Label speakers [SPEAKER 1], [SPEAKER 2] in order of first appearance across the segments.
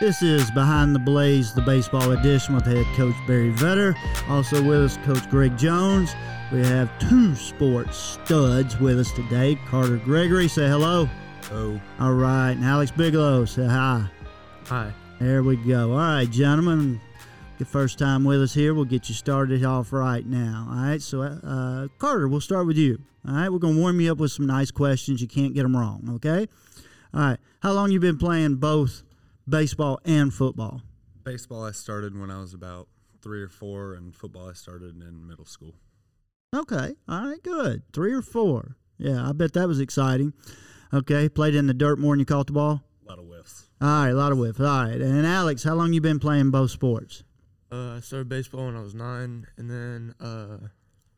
[SPEAKER 1] This is Behind the Blaze, the baseball edition with head coach Barry Vetter. Also with us, Coach Greg Jones. We have two sports studs with us today. Carter Gregory, say hello.
[SPEAKER 2] Oh,
[SPEAKER 1] All right, and Alex Bigelow, say hi.
[SPEAKER 2] hi.
[SPEAKER 1] There we go. All right, gentlemen, the first time with us here, we'll get you started off right now. All right, so uh, Carter, we'll start with you. All right, we're gonna warm you up with some nice questions. You can't get them wrong. Okay. All right, how long you been playing both baseball and football?
[SPEAKER 2] Baseball I started when I was about three or four, and football I started in middle school.
[SPEAKER 1] Okay. All right. Good. Three or four. Yeah, I bet that was exciting. Okay. Played in the dirt more than you caught the ball.
[SPEAKER 2] A lot of whiffs.
[SPEAKER 1] All right. A lot of whiffs. All right. And Alex, how long you been playing both sports?
[SPEAKER 3] Uh, I started baseball when I was nine, and then uh,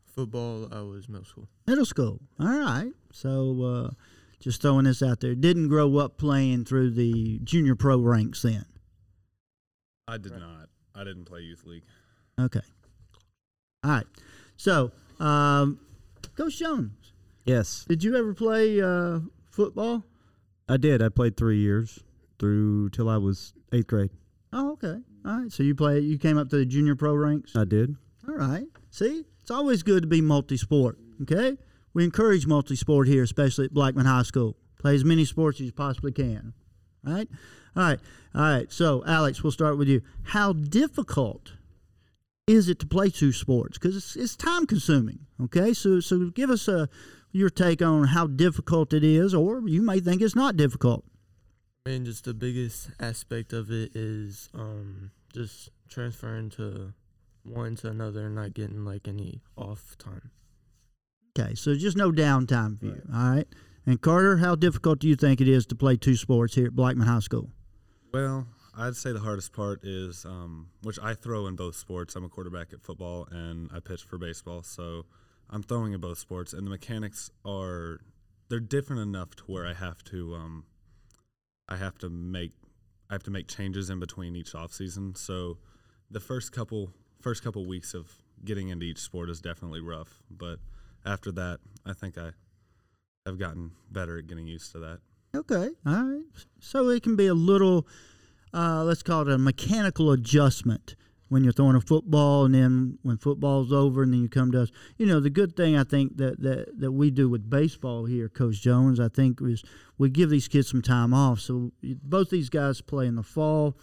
[SPEAKER 3] football I was middle school.
[SPEAKER 1] Middle school. All right. So uh, just throwing this out there. Didn't grow up playing through the junior pro ranks then.
[SPEAKER 2] I did not. I didn't play youth league.
[SPEAKER 1] Okay. All right. So, um, Coach Jones,
[SPEAKER 4] Yes,
[SPEAKER 1] did you ever play uh, football?
[SPEAKER 4] I did. I played three years through till I was eighth grade.
[SPEAKER 1] Oh, okay. All right. So you play. You came up to the junior pro ranks.
[SPEAKER 4] I did.
[SPEAKER 1] All right. See, it's always good to be multi sport. Okay. We encourage multi sport here, especially at Blackman High School. Play as many sports as you possibly can. All right. All right. All right. So, Alex, we'll start with you. How difficult is it to play two sports? Because it's, it's time consuming. Okay. So, so give us a, your take on how difficult it is, or you may think it's not difficult.
[SPEAKER 3] I mean, just the biggest aspect of it is um, just transferring to one to another and not getting like any off time.
[SPEAKER 1] Okay. So, just no downtime for you. All right. And, Carter, how difficult do you think it is to play two sports here at Blackman High School?
[SPEAKER 2] Well, I'd say the hardest part is, um, which I throw in both sports. I'm a quarterback at football, and I pitch for baseball, so I'm throwing in both sports. And the mechanics are they're different enough to where I have to um, I have to make I have to make changes in between each off season. So the first couple first couple weeks of getting into each sport is definitely rough, but after that, I think I have gotten better at getting used to that.
[SPEAKER 1] Okay, all right. So it can be a little, uh, let's call it a mechanical adjustment when you're throwing a football, and then when football's over, and then you come to us. You know, the good thing I think that that, that we do with baseball here, Coach Jones, I think is we give these kids some time off. So both these guys play in the fall.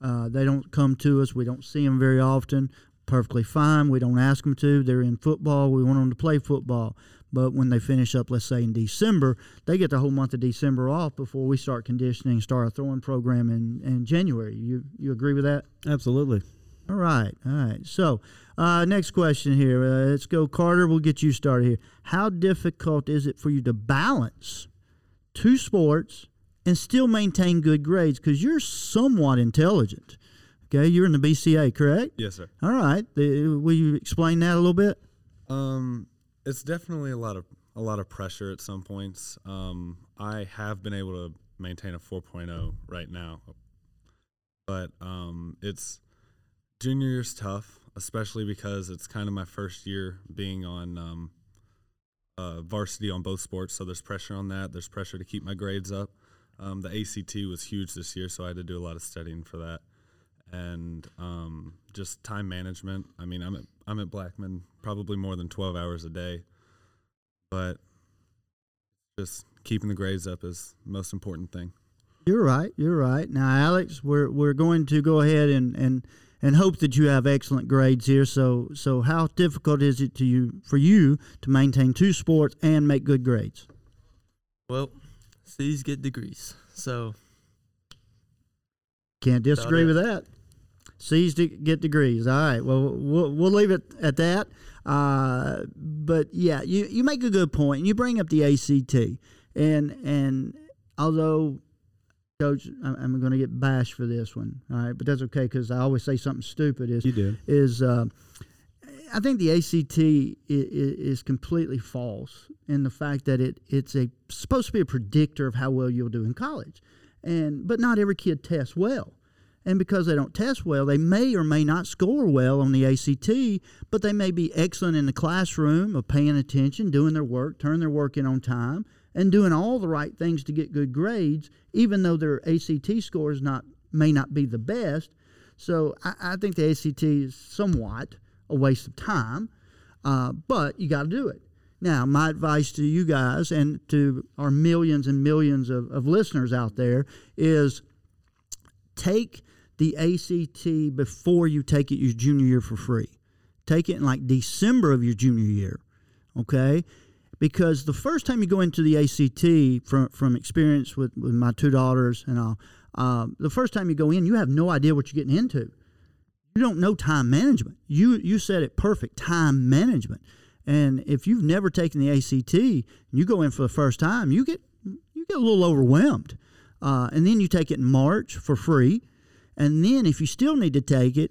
[SPEAKER 1] Uh, they don't come to us. We don't see them very often. Perfectly fine. We don't ask them to. They're in football. We want them to play football. But when they finish up, let's say in December, they get the whole month of December off before we start conditioning, start our throwing program in, in January. You you agree with that?
[SPEAKER 4] Absolutely.
[SPEAKER 1] All right, all right. So, uh, next question here. Uh, let's go, Carter. We'll get you started here. How difficult is it for you to balance two sports and still maintain good grades? Because you're somewhat intelligent. Okay, you're in the BCA, correct?
[SPEAKER 2] Yes, sir.
[SPEAKER 1] All right. The, will you explain that a little bit?
[SPEAKER 2] Um, it's definitely a lot of a lot of pressure at some points. Um, I have been able to maintain a 4.0 right now, but um, it's junior year's tough, especially because it's kind of my first year being on um, uh, varsity on both sports. So there's pressure on that. There's pressure to keep my grades up. Um, the ACT was huge this year, so I had to do a lot of studying for that and um, just time management. I mean, I'm at I'm at Blackman probably more than twelve hours a day, but just keeping the grades up is the most important thing.
[SPEAKER 1] You're right. You're right. Now, Alex, we're we're going to go ahead and and and hope that you have excellent grades here. So so how difficult is it to you for you to maintain two sports and make good grades?
[SPEAKER 3] Well, C's get degrees, so
[SPEAKER 1] Can't disagree
[SPEAKER 3] it.
[SPEAKER 1] with that. C's to get degrees. All right. Well, we'll, we'll leave it at that. Uh, but yeah, you, you make a good point. You bring up the ACT, and and although, coach, I'm, I'm going to get bashed for this one. All right, but that's okay because I always say something stupid. Is
[SPEAKER 4] You did.
[SPEAKER 1] is uh, I think the ACT is, is completely false in the fact that it it's a supposed to be a predictor of how well you'll do in college, and but not every kid tests well, and because they don't test well, they may or may not score well on the ACT, but they may be excellent in the classroom of paying attention, doing their work, turning their work in on time, and doing all the right things to get good grades, even though their ACT score is not may not be the best. So I, I think the ACT is somewhat a waste of time, uh, but you got to do it. Now, my advice to you guys and to our millions and millions of, of listeners out there is take the ACT before you take it your junior year for free. Take it in like December of your junior year, okay? Because the first time you go into the ACT, from, from experience with, with my two daughters and all, um, the first time you go in, you have no idea what you're getting into. You don't know time management. You you said it perfect time management. And if you've never taken the ACT, and you go in for the first time, you get you get a little overwhelmed. Uh, and then you take it in March for free. And then if you still need to take it,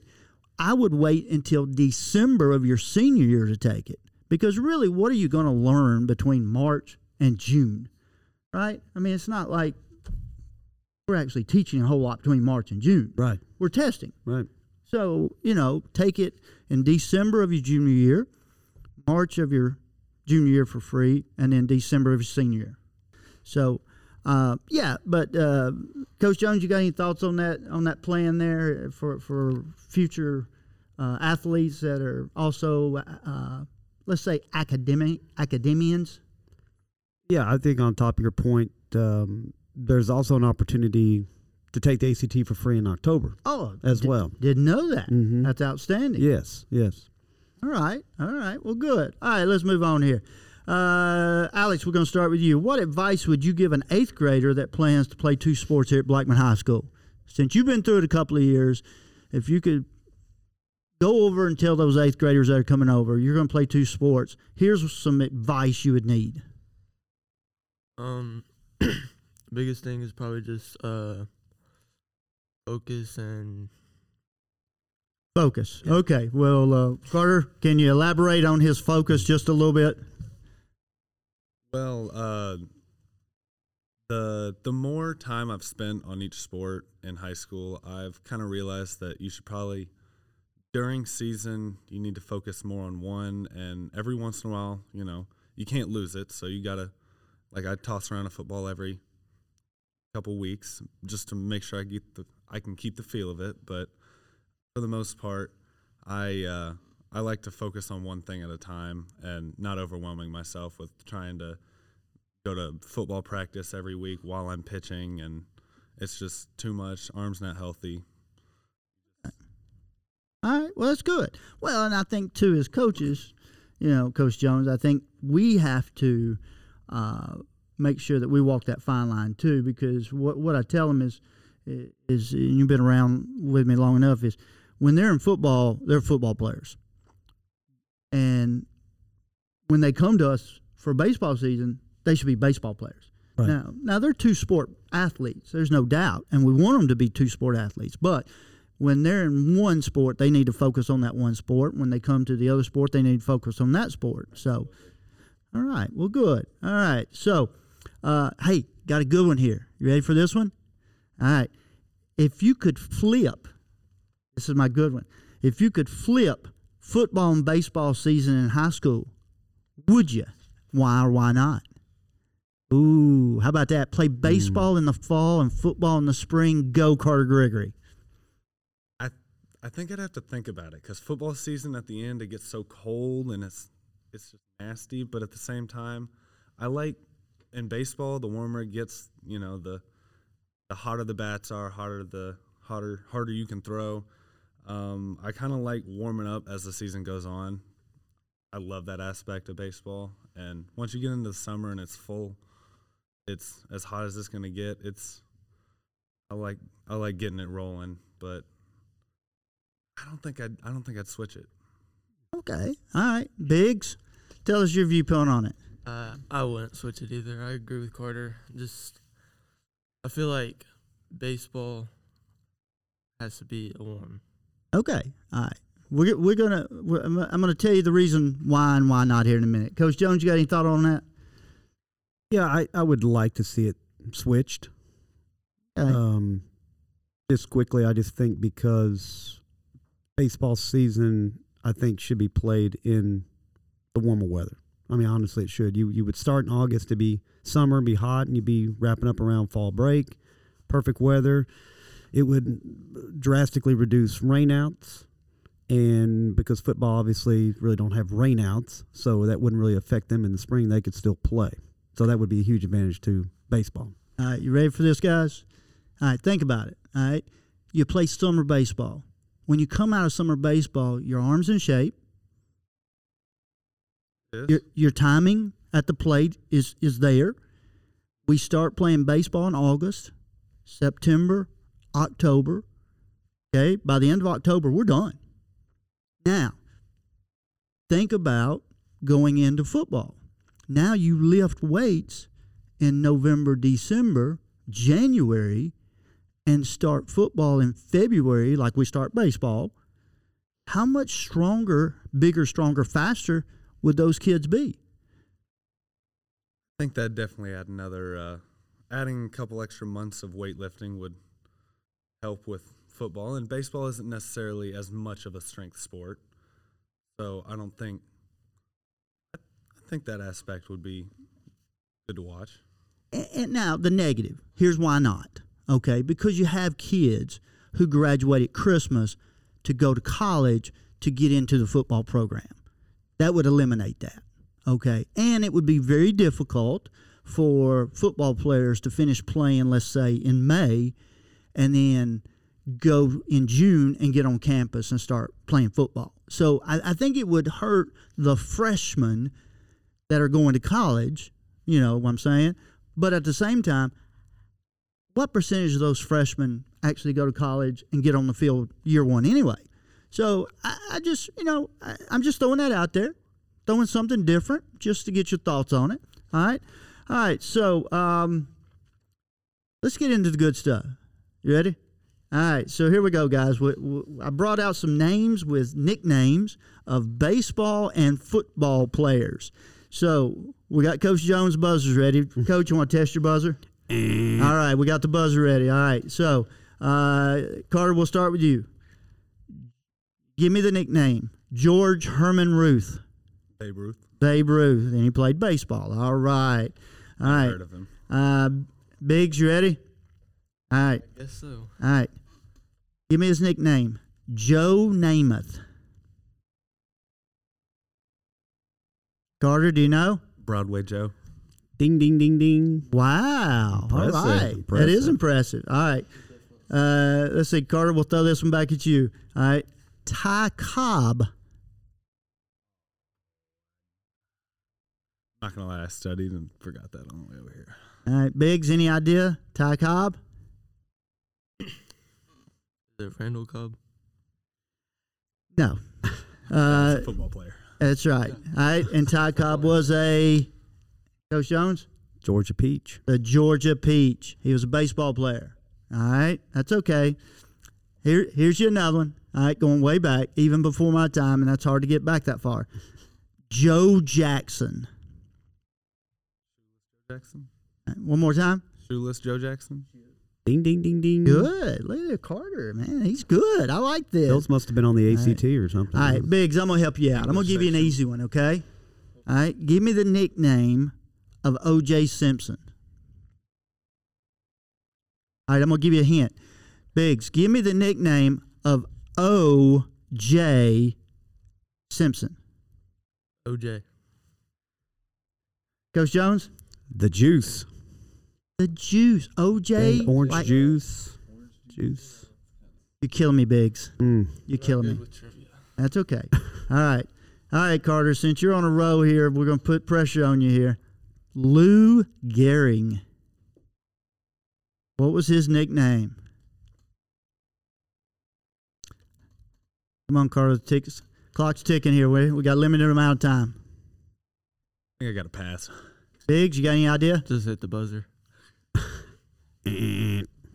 [SPEAKER 1] I would wait until December of your senior year to take it. Because really, what are you going to learn between March and June? Right? I mean, it's not like we're actually teaching a whole lot between March and June.
[SPEAKER 4] Right.
[SPEAKER 1] We're testing.
[SPEAKER 4] Right.
[SPEAKER 1] So, you know, take it in December of your junior year, March of your junior year for free, and then December of your senior year. So, uh, yeah, but uh, Coach Jones, you got any thoughts on that on that plan there for for future uh, athletes that are also uh, let's say academic academians?
[SPEAKER 4] Yeah, I think on top of your point, um, there's also an opportunity to take the ACT for free in October
[SPEAKER 1] Oh,
[SPEAKER 4] as
[SPEAKER 1] di-
[SPEAKER 4] well.
[SPEAKER 1] Didn't know that.
[SPEAKER 4] Mhm.
[SPEAKER 1] That's outstanding.
[SPEAKER 4] Yes, yes.
[SPEAKER 1] All right. All right. Well, good. All right. Let's move on here. Uh, Alex, we're going to start with you. What advice would you give an eighth grader that plans to play two sports here at Blackman High School? Since you've been through it a couple of years, if you could go over and tell those eighth graders that are coming over, you're going to play two sports. Here's some advice you would need.
[SPEAKER 3] Um, biggest thing is probably just uh, focus and
[SPEAKER 1] Focus. Okay. Well, uh, Carter, can you elaborate on his focus just a little bit?
[SPEAKER 2] Well, uh, the the more time I've spent on each sport in high school, I've kind of realized that you should probably during season you need to focus more on one, and every once in a while, you know, you can't lose it, so you gotta like I toss around a football every couple weeks just to make sure I get the I can keep the feel of it, but for the most part, I uh, I like to focus on one thing at a time and not overwhelming myself with trying to go to football practice every week while I'm pitching, and it's just too much. Arms not healthy.
[SPEAKER 1] All right. Well, that's good. Well, and I think too, as coaches, you know, Coach Jones, I think we have to uh, make sure that we walk that fine line too, because what what I tell them is is and you've been around with me long enough is when they're in football, they're football players, and when they come to us for baseball season, they should be baseball players.
[SPEAKER 4] Right.
[SPEAKER 1] Now, now they're two sport athletes. There's no doubt, and we want them to be two sport athletes, but when they're in one sport, they need to focus on that one sport. When they come to the other sport, they need to focus on that sport. So, all right, well, good. All right, so, uh, hey, got a good one here. You ready for this one? All right, if you could flip, this is my good one. If you could flip football and baseball season in high school, would you? Why or why not? Ooh, how about that? Play baseball in the fall and football in the spring. Go, Carter Gregory.
[SPEAKER 2] I I think I'd have to think about it because football season at the end it gets so cold and it's it's just nasty. But at the same time, I like in baseball the warmer it gets, you know the the hotter the bats are, hotter the hotter harder you can throw. Um, I kind of like warming up as the season goes on. I love that aspect of baseball, and once you get into the summer and it's full, it's as hot as it's gonna get. It's I like I like getting it rolling, but I don't think I'd I don't think I'd switch it.
[SPEAKER 1] Okay. All right. Biggs, tell us your viewpoint on it.
[SPEAKER 3] Uh, I wouldn't switch it either. I agree with Carter. Just, I feel like baseball has to be a warm.
[SPEAKER 1] Okay. All right. We're, we're gonna. We're, I'm I'm gonna tell you the reason why and why not here in a minute. Coach Jones, you got any thought on that?
[SPEAKER 4] Yeah, I, I would like to see it switched.
[SPEAKER 1] Okay.
[SPEAKER 4] Um, just quickly, I just think because baseball season, I think should be played in the warmer weather. I mean, honestly, it should. You you would start in August to be summer, be hot, and you'd be wrapping up around fall break. Perfect weather. it would drastically reduce rainouts. And because football obviously really don't have rainouts, so that wouldn't really affect them in the spring. They could still play. So that would be a huge advantage to baseball.
[SPEAKER 1] All right, you ready for this, guys? All right, think about it. All right, you play summer baseball. When you come out of summer baseball, your arms in shape, your your timing at the plate is is there. We start playing baseball in August, September, October. Okay, by the end of October, we're done. Now, think about going into football. Now you lift weights in November, December, January, and start football in February, like we start baseball. How much stronger, bigger, stronger, faster would those kids be?
[SPEAKER 2] I think that definitely add another uh, adding a couple extra months of weightlifting would help with football and baseball isn't necessarily as much of a strength sport. So I don't think I think that aspect would be good to watch.
[SPEAKER 1] And, and now the negative. Here's why not. Okay, because you have kids who graduate at Christmas to go to college to get into the football program. That would eliminate that. Okay, and it would be very difficult for football players to finish playing, let's say, in May, and then go in June and get on campus and start playing football. So I, I think it would hurt the freshmen that are going to college. You know what I'm saying? But at the same time, what percentage of those freshmen actually go to college and get on the field year one anyway? So I, I just, you know, I, I'm just throwing that out there, throwing something different just to get your thoughts on it. All right. All right. So um, let's get into the good stuff. You ready? All right. So here we go, guys. We, we, I brought out some names with nicknames of baseball and football players. So we got Coach Jones' buzzers ready. Coach, you want to test your buzzer? All right, we got the buzzer ready. All right, so uh, Carter, we'll start with you. Give me the nickname George Herman Ruth,
[SPEAKER 2] Babe Ruth,
[SPEAKER 1] Babe Ruth, and he played baseball. All right, all right.
[SPEAKER 2] heard of him.
[SPEAKER 1] Uh, Biggs, you ready? All right,
[SPEAKER 3] Guess so.
[SPEAKER 1] all right. Give me his nickname Joe Namath. Carter, do you know?
[SPEAKER 2] Broadway Joe.
[SPEAKER 4] Ding, ding, ding, ding.
[SPEAKER 1] Wow.
[SPEAKER 4] Impressive.
[SPEAKER 1] All right. That is impressive. All right. Uh, let's see. Carter, we'll throw this one back at you. All right. Ty Cobb.
[SPEAKER 2] Not gonna lie, I studied and forgot that on the way over here.
[SPEAKER 1] All right. Biggs, any idea? Ty Cobb?
[SPEAKER 3] Is it Randall Cobb?
[SPEAKER 1] No.
[SPEAKER 2] He's
[SPEAKER 1] Uh,
[SPEAKER 2] a football player.
[SPEAKER 1] that's right. All right. And Ty Cobb was a, Coach Jones,
[SPEAKER 4] Georgia Peach.
[SPEAKER 1] the Georgia Peach. He was a baseball player. All right. That's okay. Here, here's you another one. All right. Going way back, even before my time, and that's hard to get back that far. Joe Jackson.
[SPEAKER 2] Jackson.
[SPEAKER 1] One more time.
[SPEAKER 2] Shoeless Joe Jackson.
[SPEAKER 4] Ding, ding, ding, ding.
[SPEAKER 1] Good. Look at Carter, man. He's good. I like this.
[SPEAKER 4] Those must have been on the
[SPEAKER 1] All right.
[SPEAKER 4] ACT or something.
[SPEAKER 1] All right, Biggs, I'm going to help you out. I'm going to give you an easy one, okay? All right, give me the nickname of OJ Simpson. All right, I'm going to give you a hint. Biggs, give me the nickname of OJ Simpson.
[SPEAKER 3] OJ.
[SPEAKER 1] Coach Jones?
[SPEAKER 4] The juice.
[SPEAKER 1] The juice. OJ.
[SPEAKER 4] And orange
[SPEAKER 1] like-
[SPEAKER 4] juice. Juice.
[SPEAKER 1] You're killing me, Biggs.
[SPEAKER 4] Mm.
[SPEAKER 1] You're killing me. That's okay. All right. All right, Carter, since you're on a roll here, we're going to put pressure on you here. Lou Gehrig. What was his nickname? Come on, Carter. The tickets, clock's ticking here. We, we got a limited amount of time.
[SPEAKER 2] I think I got a pass.
[SPEAKER 1] Biggs, you got any idea?
[SPEAKER 3] Just hit the buzzer.
[SPEAKER 1] All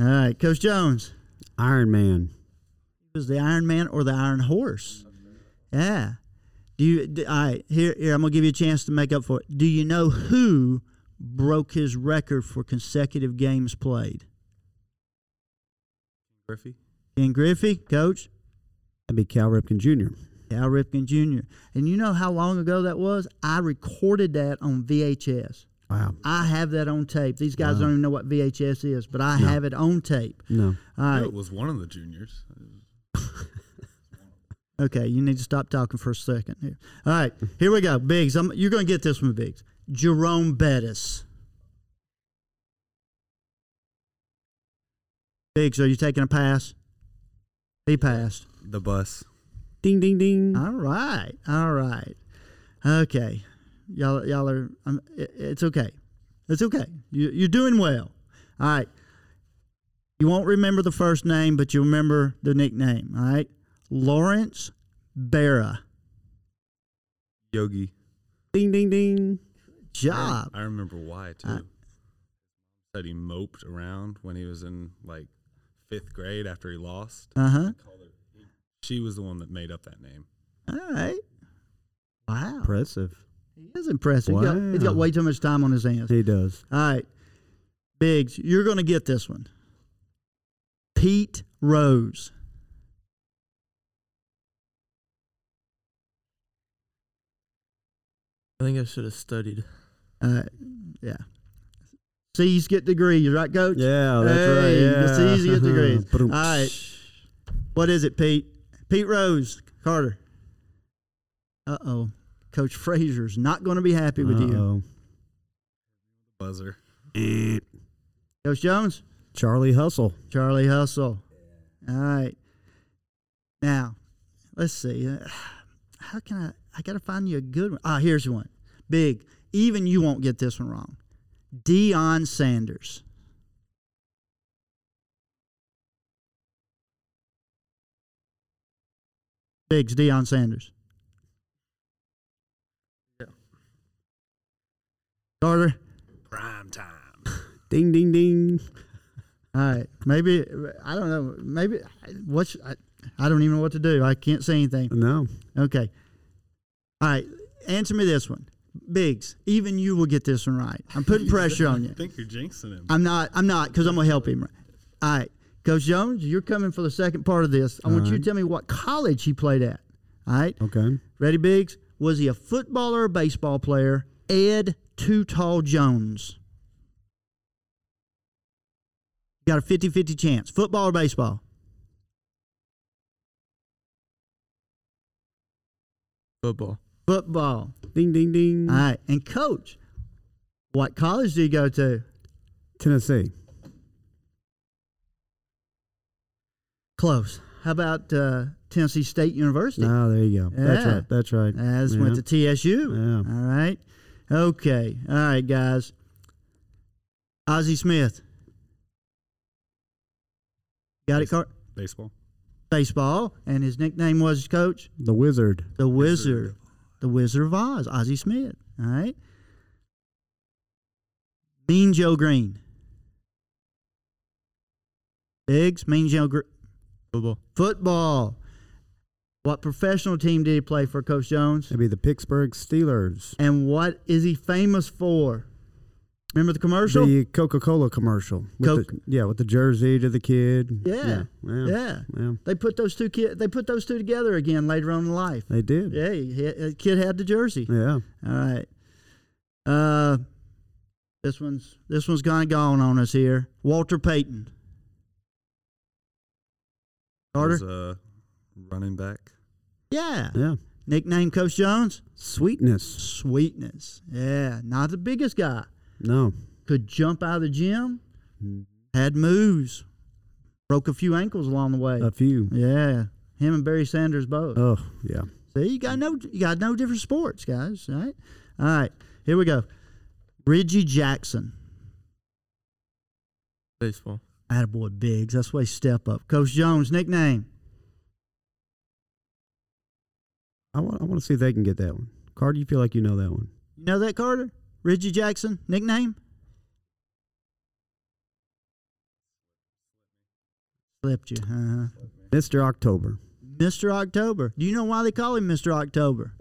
[SPEAKER 1] right, Coach Jones.
[SPEAKER 4] Iron Man.
[SPEAKER 1] It was the Iron Man or the Iron Horse? Yeah. Do you? d all right. Here, here. I'm gonna give you a chance to make up for it. Do you know who broke his record for consecutive games played?
[SPEAKER 2] Griffey.
[SPEAKER 1] Ken Griffey, coach
[SPEAKER 4] That'd be Cal Ripken Jr.
[SPEAKER 1] Al Ripken Jr. And you know how long ago that was? I recorded that on VHS.
[SPEAKER 4] Wow.
[SPEAKER 1] I have that on tape. These guys
[SPEAKER 4] Wow.
[SPEAKER 1] don't even know what VHS is, but I
[SPEAKER 4] No.
[SPEAKER 1] have it on tape.
[SPEAKER 4] No.
[SPEAKER 1] All
[SPEAKER 2] No,
[SPEAKER 1] right.
[SPEAKER 2] it was one of the juniors.
[SPEAKER 1] Okay, you need to stop talking for a second here. All right, here we go. Biggs, I'm, you're going to get this one, Biggs. Jerome Bettis. Biggs, are you taking a pass? He passed.
[SPEAKER 2] The bus.
[SPEAKER 4] Ding ding ding.
[SPEAKER 1] All right, all right. Okay, y'all, y'all are. I'm, it, it's okay. It's okay. You, you're doing well. All right. You won't remember the first name, but you remember the nickname. All right, Lawrence Barra.
[SPEAKER 2] Yogi.
[SPEAKER 4] ding ding ding.
[SPEAKER 1] job. Uh,
[SPEAKER 2] I remember why too.
[SPEAKER 1] I-
[SPEAKER 2] Said he moped around when he was in like fifth grade after he lost.
[SPEAKER 1] Uh huh.
[SPEAKER 2] She was the one that made up that name.
[SPEAKER 1] All right. Wow.
[SPEAKER 4] Impressive.
[SPEAKER 1] He is impressive. He's got- he's got
[SPEAKER 4] Wow.
[SPEAKER 1] way too much time on his hands.
[SPEAKER 4] He does.
[SPEAKER 1] All right. Biggs, you're going to get this one. Pete Rose.
[SPEAKER 3] I think I should have studied.
[SPEAKER 1] Uh, yeah. C's get degrees, right, coach?
[SPEAKER 4] Yeah, that's
[SPEAKER 1] Hey,
[SPEAKER 4] right. Yeah.
[SPEAKER 1] it's easy to get degrees.
[SPEAKER 4] Boom.
[SPEAKER 1] All right. What is it, Pete? Pete Rose, Carter. Uh oh. Coach Frazier's not going to be happy with you.
[SPEAKER 4] Uh-oh.
[SPEAKER 2] Buzzer.
[SPEAKER 4] Eh.
[SPEAKER 1] Coach Jones?
[SPEAKER 4] Charlie Hustle.
[SPEAKER 1] Charlie Hustle. All right. Now, let's see. Uh, How can I? I got to find you a good one. Ah, here's one. Big. Even you won't get this one wrong. Dion Sanders. Biggs, Deion Sanders.
[SPEAKER 2] Yeah.
[SPEAKER 1] Carter.
[SPEAKER 2] Prime time.
[SPEAKER 4] Ding ding ding.
[SPEAKER 1] All right, maybe I don't know. Maybe what's I, I don't even know what to do. I can't say anything.
[SPEAKER 4] No.
[SPEAKER 1] Okay. All right, answer me this one, Biggs. Even you will get this one right. I'm putting pressure on you. Uh,
[SPEAKER 2] I think you're jinxing him.
[SPEAKER 1] I'm not. I'm not because I'm gonna help him. All right, Coach Jones, you're coming for the second part of this. I want you to tell me what college he played at. All right,
[SPEAKER 4] Okay.
[SPEAKER 1] ready, Biggs? Was he a footballer or baseball player? Ed Too Tall Jones. Got a 50 50 chance. Football or baseball?
[SPEAKER 3] Football.
[SPEAKER 1] Football.
[SPEAKER 4] Ding ding ding.
[SPEAKER 1] All right. And coach, what college do you go to?
[SPEAKER 4] Tennessee.
[SPEAKER 1] Close. How about uh, Tennessee State University?
[SPEAKER 4] Ah, there you go. That's
[SPEAKER 1] Yeah.
[SPEAKER 4] right. That's right.
[SPEAKER 1] As
[SPEAKER 4] yeah.
[SPEAKER 1] went to TSU.
[SPEAKER 4] Yeah.
[SPEAKER 1] All right. Okay. All right, guys. Ozzie Smith. Got it, Car-
[SPEAKER 2] Baseball.
[SPEAKER 1] baseball. And his nickname was, coach?
[SPEAKER 4] the Wizard.
[SPEAKER 1] The Wizard. The Wizard of Oz, Ozzie Smith. All right. Mean Joe Green. Biggs, Mean Joe Green.
[SPEAKER 3] Football.
[SPEAKER 1] Football. What professional team did he play for, Coach Jones?
[SPEAKER 4] That'd be the Pittsburgh Steelers.
[SPEAKER 1] And what is he famous for? Remember the commercial?
[SPEAKER 4] The Coca Cola commercial. With
[SPEAKER 1] Coke.
[SPEAKER 4] the- yeah, with the jersey to the kid.
[SPEAKER 1] Yeah.
[SPEAKER 4] Yeah. Yeah.
[SPEAKER 1] yeah.
[SPEAKER 4] yeah.
[SPEAKER 1] They put those two kid, they put those two together again later on in life.
[SPEAKER 4] They did.
[SPEAKER 1] Yeah, he- he- the kid had the jersey.
[SPEAKER 4] Yeah.
[SPEAKER 1] All right. Uh, this one's this one's kind of gone on us here. Walter Payton, Carter.
[SPEAKER 2] Was, uh, running back.
[SPEAKER 1] Yeah.
[SPEAKER 4] Yeah.
[SPEAKER 1] Nickname Coach Jones.
[SPEAKER 4] Sweetness.
[SPEAKER 1] Sweetness. Yeah. Not the biggest guy.
[SPEAKER 4] No.
[SPEAKER 1] Could jump out of the gym. Had moves. Broke a few ankles along the way.
[SPEAKER 4] A few.
[SPEAKER 1] yeah. Him and Barry Sanders both.
[SPEAKER 4] Oh, yeah.
[SPEAKER 1] See, you got no, you got no different sports, guys. All right, all right. Here we go. Reggie Jackson.
[SPEAKER 3] Baseball.
[SPEAKER 1] Attaboy Biggs. That's why step up. Coach Jones, nickname.
[SPEAKER 4] I want, I want to see if they can get that one. Carter, you feel like you know that one.
[SPEAKER 1] You know that, Carter? Reggie Jackson, nickname? Slipped you, huh?
[SPEAKER 4] Mr. October.
[SPEAKER 1] Mr. October. Do you know why they call him Mr. October?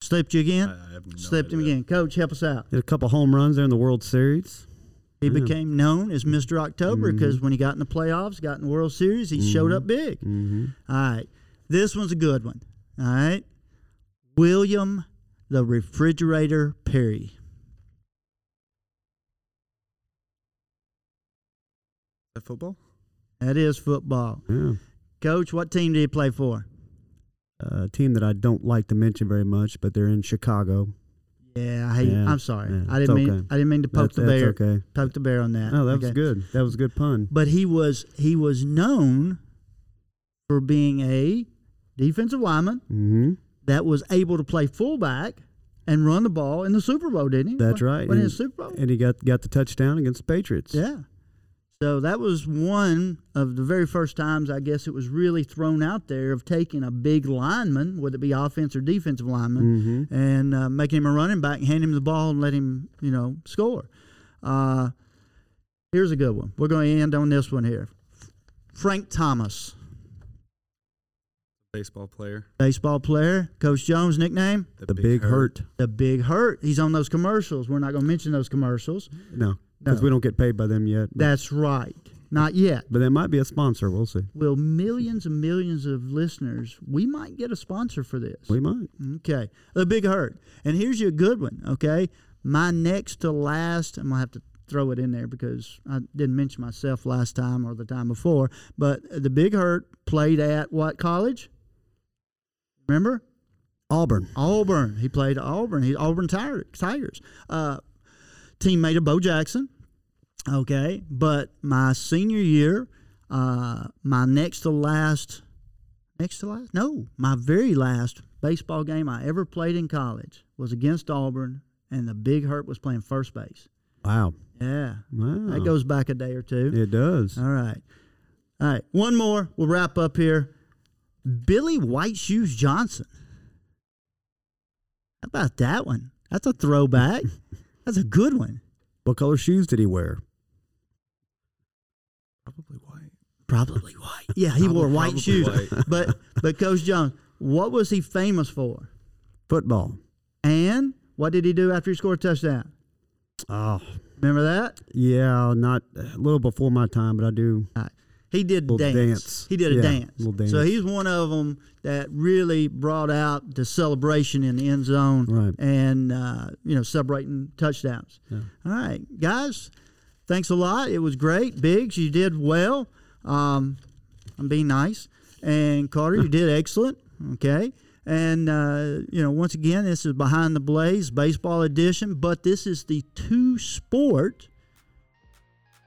[SPEAKER 1] Slipped you again?
[SPEAKER 2] I, I have no
[SPEAKER 1] Slipped him
[SPEAKER 2] idea.
[SPEAKER 1] again. Coach, help us out.
[SPEAKER 4] Did a couple home runs there in the World Series.
[SPEAKER 1] He
[SPEAKER 4] Yeah.
[SPEAKER 1] became known as Mr. October
[SPEAKER 2] Mm-hmm.
[SPEAKER 4] Mhm.
[SPEAKER 1] because when he got in the playoffs, got in the World Series, he showed up big.
[SPEAKER 4] Mm-hmm.
[SPEAKER 1] All right. This one's a good one. All right. William The refrigerator Perry.
[SPEAKER 2] That football?
[SPEAKER 1] That is football.
[SPEAKER 4] Yeah.
[SPEAKER 1] Coach, what team do you play for?
[SPEAKER 4] Uh, A team that I don't like to mention very much, but they're in Chicago.
[SPEAKER 1] Yeah, I hate
[SPEAKER 4] Yeah,
[SPEAKER 1] I'm sorry.
[SPEAKER 4] yeah,
[SPEAKER 1] I
[SPEAKER 4] it's
[SPEAKER 1] didn't mean
[SPEAKER 4] okay.
[SPEAKER 1] I didn't mean to poke
[SPEAKER 4] That's,
[SPEAKER 1] the
[SPEAKER 4] that's
[SPEAKER 1] bear.
[SPEAKER 4] okay.
[SPEAKER 1] Poke the bear on that.
[SPEAKER 4] Oh, that was
[SPEAKER 1] Okay.
[SPEAKER 4] good. That was a good pun.
[SPEAKER 1] But he was he was known for being a defensive lineman
[SPEAKER 4] Mm-hmm.
[SPEAKER 1] that was able to play fullback and run the ball in the Super Bowl, didn't he?
[SPEAKER 4] That's right.
[SPEAKER 1] When in the
[SPEAKER 4] And-
[SPEAKER 1] Super Bowl.
[SPEAKER 4] And he got got the touchdown against the Patriots.
[SPEAKER 1] Yeah. So that was one of the very first times I guess it was really thrown out there of taking a big lineman, whether it be offense or defensive lineman,
[SPEAKER 4] Mm-hmm.
[SPEAKER 1] and uh, making him a running back, hand him the ball, and let him you know score. Uh, here's a good one. We're going to end on this one here. Frank Thomas,
[SPEAKER 2] Baseball player.
[SPEAKER 1] baseball player, Coach Jones' nickname,
[SPEAKER 4] The big, hurt.
[SPEAKER 1] the Big Hurt. He's on those commercials. We're not going to mention those commercials.
[SPEAKER 4] No,
[SPEAKER 1] No.
[SPEAKER 4] because we don't get paid by them yet. But,
[SPEAKER 1] That's right. Not yet.
[SPEAKER 4] but that might be a sponsor. We'll see.
[SPEAKER 1] Will millions and millions of listeners, we might get a sponsor for this.
[SPEAKER 4] We might.
[SPEAKER 1] Okay. The Big Hurt. And here's your good one, okay? My next to last, I'm going to have to throw it in there because I didn't mention myself last time or the time before, but the Big Hurt played at what college? Remember?
[SPEAKER 4] Auburn.
[SPEAKER 1] Auburn. He played at Auburn. He Auburn Tiger, Tigers. Uh, teammate of Bo Jackson. Okay, but my senior year, uh, my next to last, next to last, no, my very last baseball game I ever played in college was against Auburn, and the Big Hurt was playing first base.
[SPEAKER 4] Wow.
[SPEAKER 1] Yeah,
[SPEAKER 4] Wow.
[SPEAKER 1] that goes Uh. back a day or two.
[SPEAKER 4] It does.
[SPEAKER 1] All right, all right. One more. We'll wrap up here. Billy White Shoes Johnson. How about that one? That's a throwback. That's a good one.
[SPEAKER 4] What color shoes did he wear?
[SPEAKER 2] Probably white.
[SPEAKER 1] Probably white. Yeah, he wore white
[SPEAKER 2] Probably
[SPEAKER 1] shoes.
[SPEAKER 2] white.
[SPEAKER 1] But but Coach Jones, what was he famous for?
[SPEAKER 4] Football.
[SPEAKER 1] And what did he do after he scored a touchdown?
[SPEAKER 4] Oh,
[SPEAKER 1] Remember that?
[SPEAKER 4] yeah. Not uh, a little before my time, but I do.
[SPEAKER 1] He did
[SPEAKER 4] Little
[SPEAKER 1] dance.
[SPEAKER 4] dance.
[SPEAKER 1] He did a
[SPEAKER 4] Yeah,
[SPEAKER 1] dance.
[SPEAKER 4] little dance.
[SPEAKER 1] So he's one of them that really brought out the celebration in the end zone
[SPEAKER 4] Right.
[SPEAKER 1] and uh, you know celebrating touchdowns. All right, guys, thanks a lot. It was great, Biggs. You did well. Um, I'm being nice, and Carter, you did excellent. Okay. And, uh, you know, once again, this is Behind the Blaze Baseball Edition, but this is the two sport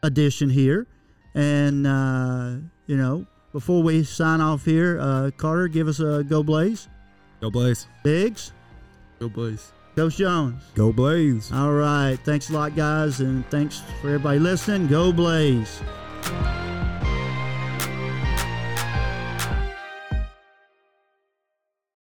[SPEAKER 1] edition here. And, uh, you know, before we sign off here, uh, Carter, give us a go blaze.
[SPEAKER 2] Go Blaze.
[SPEAKER 1] Biggs,
[SPEAKER 3] Go boys.
[SPEAKER 1] Coach Jones.
[SPEAKER 4] Go Blaze.
[SPEAKER 1] All right. Thanks a lot, guys. And thanks for everybody listening. Go blaze.